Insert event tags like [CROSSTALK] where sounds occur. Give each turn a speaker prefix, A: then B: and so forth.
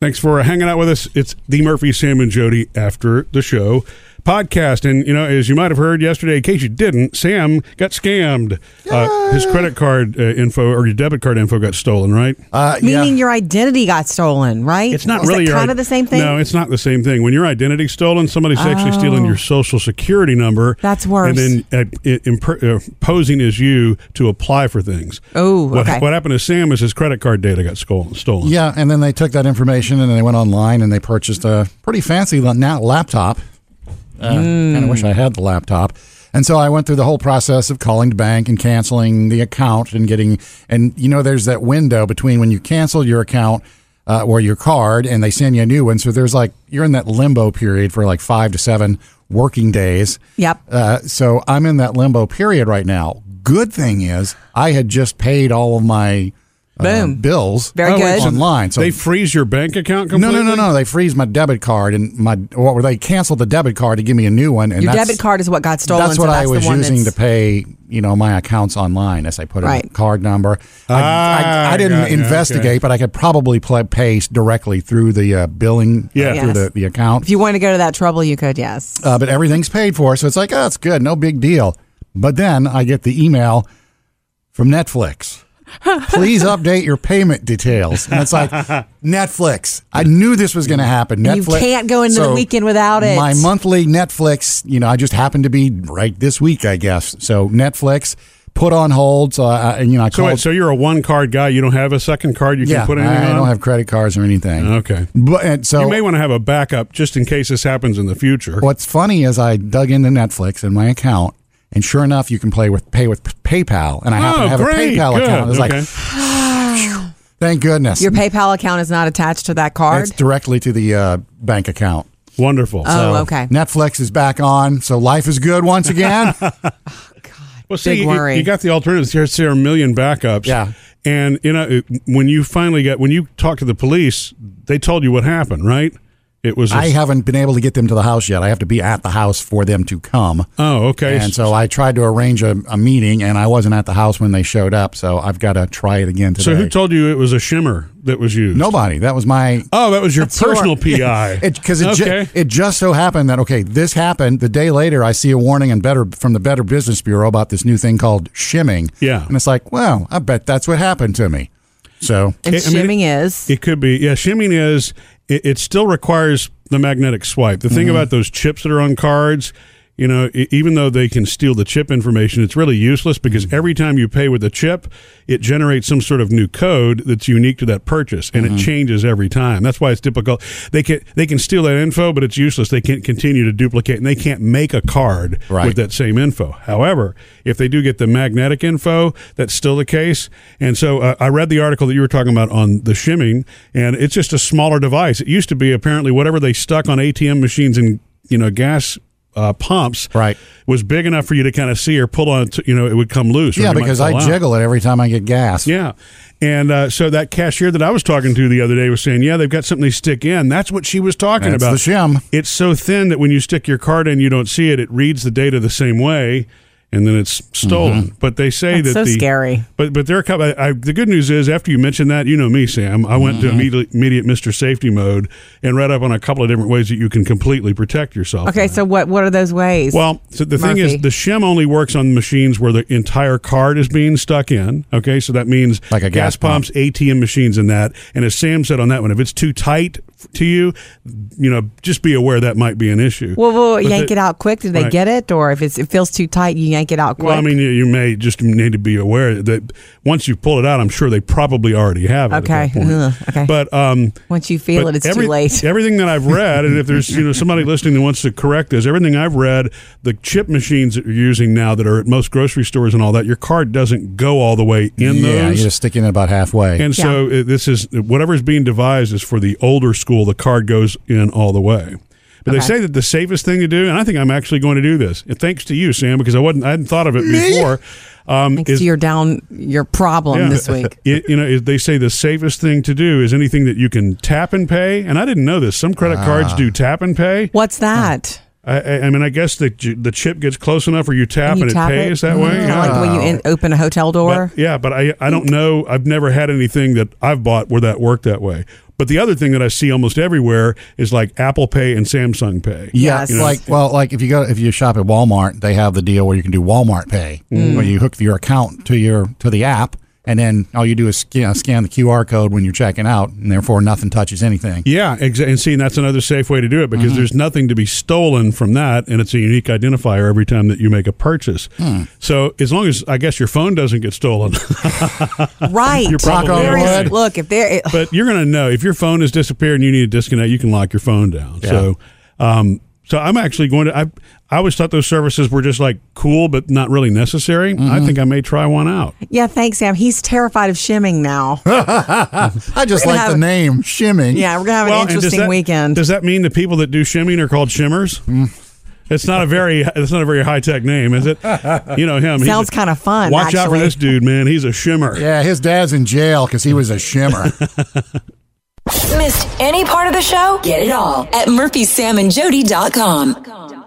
A: Thanks for hanging out with us. It's the Murphy, Sam, and Jody after the show podcast. And, you know, as you might have heard yesterday, in case you didn't, Sam got scammed. Uh, his credit card uh, info or your debit card info got stolen, right?
B: Uh, yeah.
C: Meaning your identity got stolen, right?
A: It's not
C: Is
A: really
C: it
A: your id-
C: kind of the same thing.
A: No, it's not the same thing. When your identity's stolen, somebody's actually stealing your social security number.
C: Oh. That's worse.
A: And then uh, i- imp- uh, posing as you to apply for things.
C: Oh,
A: what,
C: okay.
A: What happened to Sam is his credit card data got stolen. stolen.
B: Yeah, and then they took that information and they went online and they purchased a pretty fancy la- now laptop. Uh, Kind of wish I had the laptop. And so I went through the whole process of calling the bank and canceling the account and getting and you know there's that window between when you cancel your account uh, or your card and they send you a new one. So there's like you're in that limbo period for like five to seven working days.
C: Yep.
B: Uh, so I'm in that limbo period right now. Good thing is I had just paid all of my uh,
C: Boom.
B: bills
C: Very Oh, wait, good. so
B: online. So
A: They freeze your bank account
B: no,
A: completely?
B: no, no, no. They freeze my debit card and my what were they canceled the debit card to give me a new one. And
C: your
B: that's,
C: debit card is what got stolen.
B: That's what
C: so that's
B: I was
C: the one
B: using to
C: that's-
B: pay. You know my accounts online as I put in a
C: Right.
B: card number. I,
A: Ah,
B: I, I didn't
A: got you,
B: investigate,
A: okay.
B: but I could probably pl- pay directly through the uh, billing.
A: Yeah.
B: uh, through
C: Yes.
B: the, the account.
C: If you wanted to go to that trouble, you could. Yes.
B: uh, but everything's paid for. So it's like, oh, it's good, no big deal. But then I get the email from Netflix. Please update your payment details. And it's like Netflix. I knew this was going to happen.
C: You
B: Netflix
C: can't go into the weekend without it.
B: My monthly Netflix. You know, I just happened to be right this week, I guess. So Netflix put on hold. So I, I- you know, I
A: So,
B: called.
A: wait, so you're a one card guy. You don't have a second card you
B: yeah,
A: can put anything
B: I,
A: on?
B: I don't have credit cards or anything.
A: Okay.
B: But and so
A: You may want to have a backup just in case this happens in the future.
B: What's funny is I dug into Netflix in my account, and sure enough, you can play with pay with PayPal, and I happen
A: Oh,
B: to have
A: great.
B: a PayPal
A: Good.
B: account. It's
A: Okay.
B: like, [SNIFFS] thank goodness,
C: Your PayPal account is not attached to that card.
B: it's directly to the uh, bank account.
A: Wonderful.
C: oh,
B: So
C: okay.
B: Netflix is back on, so life is good
A: [LAUGHS]
B: once again.
A: Well, see,
C: Big
A: you-
C: worry.
A: You, got the alternatives. Here's there are a million backups.
B: Yeah.
A: And you know it- when you finally got when you talked to the police, they told you what happened, right? It was. a-
B: I haven't been able to get them to the house yet. I have to be at the house for them to come.
A: oh, okay.
B: And so I tried to arrange a, a meeting, and I wasn't at the house when they showed up. So I've got to try it again today.
A: So who told you it was a shimmer that was used?
B: Nobody. That was my
A: Oh, that was your
B: [LAUGHS]
A: personal PI.
B: because it, ju-
A: okay.
B: it just so happened that okay, this happened. The day later, I see a warning and better from the Better Business Bureau about this new thing called shimming.
A: Yeah.
B: and it's like, well, I bet that's what happened to me. So
C: And
A: I mean,
C: shimming is.
A: It could be. Yeah, shimming is it, it still requires the magnetic swipe. The thing about those chips that are on cards, you know, e- even though they can steal the chip information, it's really useless because every time you pay with a chip, it generates some sort of new code that's unique to that purchase and it changes every time. That's why it's difficult. They can they can steal that info, but it's useless. They can't continue to duplicate and they can't make a card
B: Right.
A: with that same info. However, if they do get the magnetic info, that's still the case. And so uh, I read the article that you were talking about on the shimming, and it's just a smaller device. It used to be apparently whatever they stuck on ATM machines and you know gas. Uh, pumps
B: Right.
A: was big enough for you to kind of see or pull on. It to, you know, it would come loose. or
B: yeah,
A: you might
B: because I
A: fall out.
B: jiggle it every time I get gas.
A: Yeah. And uh, so that cashier that I was talking to the other day was saying, yeah, they've got something they stick in. That's what she was talking
B: That's
A: about.
B: the shim.
A: It's so thin that when you stick your card in, you don't see it. It reads the data the same way, and then it's stolen. But they say
C: That's
A: that
C: so
A: the
C: scary.
A: But but there are a couple. I, I, the good news is, after you mentioned that, you know me, Sam. I went to immediate, immediate Mr. Safety mode and read up on a couple of different ways that you can completely protect yourself.
C: Okay, so what what are those ways?
A: Well, so the thing
C: Murphy.
A: is, the shim only works on machines where the entire card is being stuck in. Okay, so that means
B: Like a gas pump.
A: pumps, ATM machines, and that. And as Sam said on that one, if it's too tight f- to you, you know, just be aware that might be an issue.
C: well, well,
A: But
C: yank
A: the-
C: it out quick. Do they
A: Right.
C: get it, or if it's, it feels too tight, you yank it out quick?
A: Well, I mean, you, you may just need to be aware that once you pull it out, I'm sure they probably already have it. at that
C: Okay,
A: point.
C: ugh, okay.
A: But um,
C: Once you feel
A: But
C: it, it's
A: every-
C: too late. [LAUGHS]
A: Everything that I've read, and if there's you know somebody listening that wants to correct this, everything I've read, the chip machines that you're using now that are at most grocery stores and all that, your card doesn't go all the way in
B: yeah,
A: those.
B: you just stick it in about halfway.
A: And so uh, this is whatever's being devised is for the older school. The card goes in all the way. But they
C: Okay.
A: say that the safest thing to do, and I think I'm actually going to do this, and thanks to you, Sam, because I wasn't I hadn't thought of it before. Um,
C: Thanks
A: is-
C: to your down your problem
A: yeah. [LAUGHS]
C: this week.
A: It, you know, it, they say the safest thing to do is anything that you can tap and pay. And I didn't know this. Some
C: Ah.
A: credit cards do tap and pay.
C: What's that?
A: I, I, I mean, I guess the the chip gets close enough, or you tap
C: Can
A: and, it
C: you tap
A: pays that way.
C: Kind of like when you in, open a hotel door.
A: But- yeah, but I I don't know. I've never had anything that I've bought where that worked that way. But the other thing that I see almost everywhere is like Apple Pay and Samsung Pay.
B: Yeah,
C: Yes.
B: it's like well, like if you go if you shop at Walmart, they have the deal where you can do Walmart Pay,
A: Mm.
B: where you hook your account to your to the app, and then all you do is scan, scan the QR code when you're checking out, and therefore nothing touches anything.
A: Yeah, exa- and see, and that's another safe way to do it because there's nothing to be stolen from that, and it's a unique identifier every time that you make a purchase. So as long as I guess your phone doesn't get stolen, [LAUGHS]
C: [LAUGHS] Right.
A: You're probably
B: Knock on
C: There is-
B: wood.
C: Look, if there, it,
A: but you're going to know if your phone has disappeared and you need to disconnect, you can lock your phone down. So, um, so I'm actually going to. I I always thought those services were just like cool, but not really necessary. I think I may try one out.
C: yeah, thanks, Sam. He's terrified of shimming now.
B: I just
C: We're gonna
B: like the
C: have-
B: name shimming.
C: Yeah, we're gonna have
A: Well, and
C: an
A: does
C: interesting
A: that-
C: weekend.
A: Does that mean the people that do shimming are called shimmers? It's not a very it's not a very high tech name, is it? You know him. he's
C: Sounds
A: a-
C: kinda fun,
A: Watch out for
C: actually.
A: this dude, man. He's a shimmer.
B: Yeah, his dad's in jail because he was a shimmer.
D: Missed any part of the show? Get it all at murphysamandjody.com.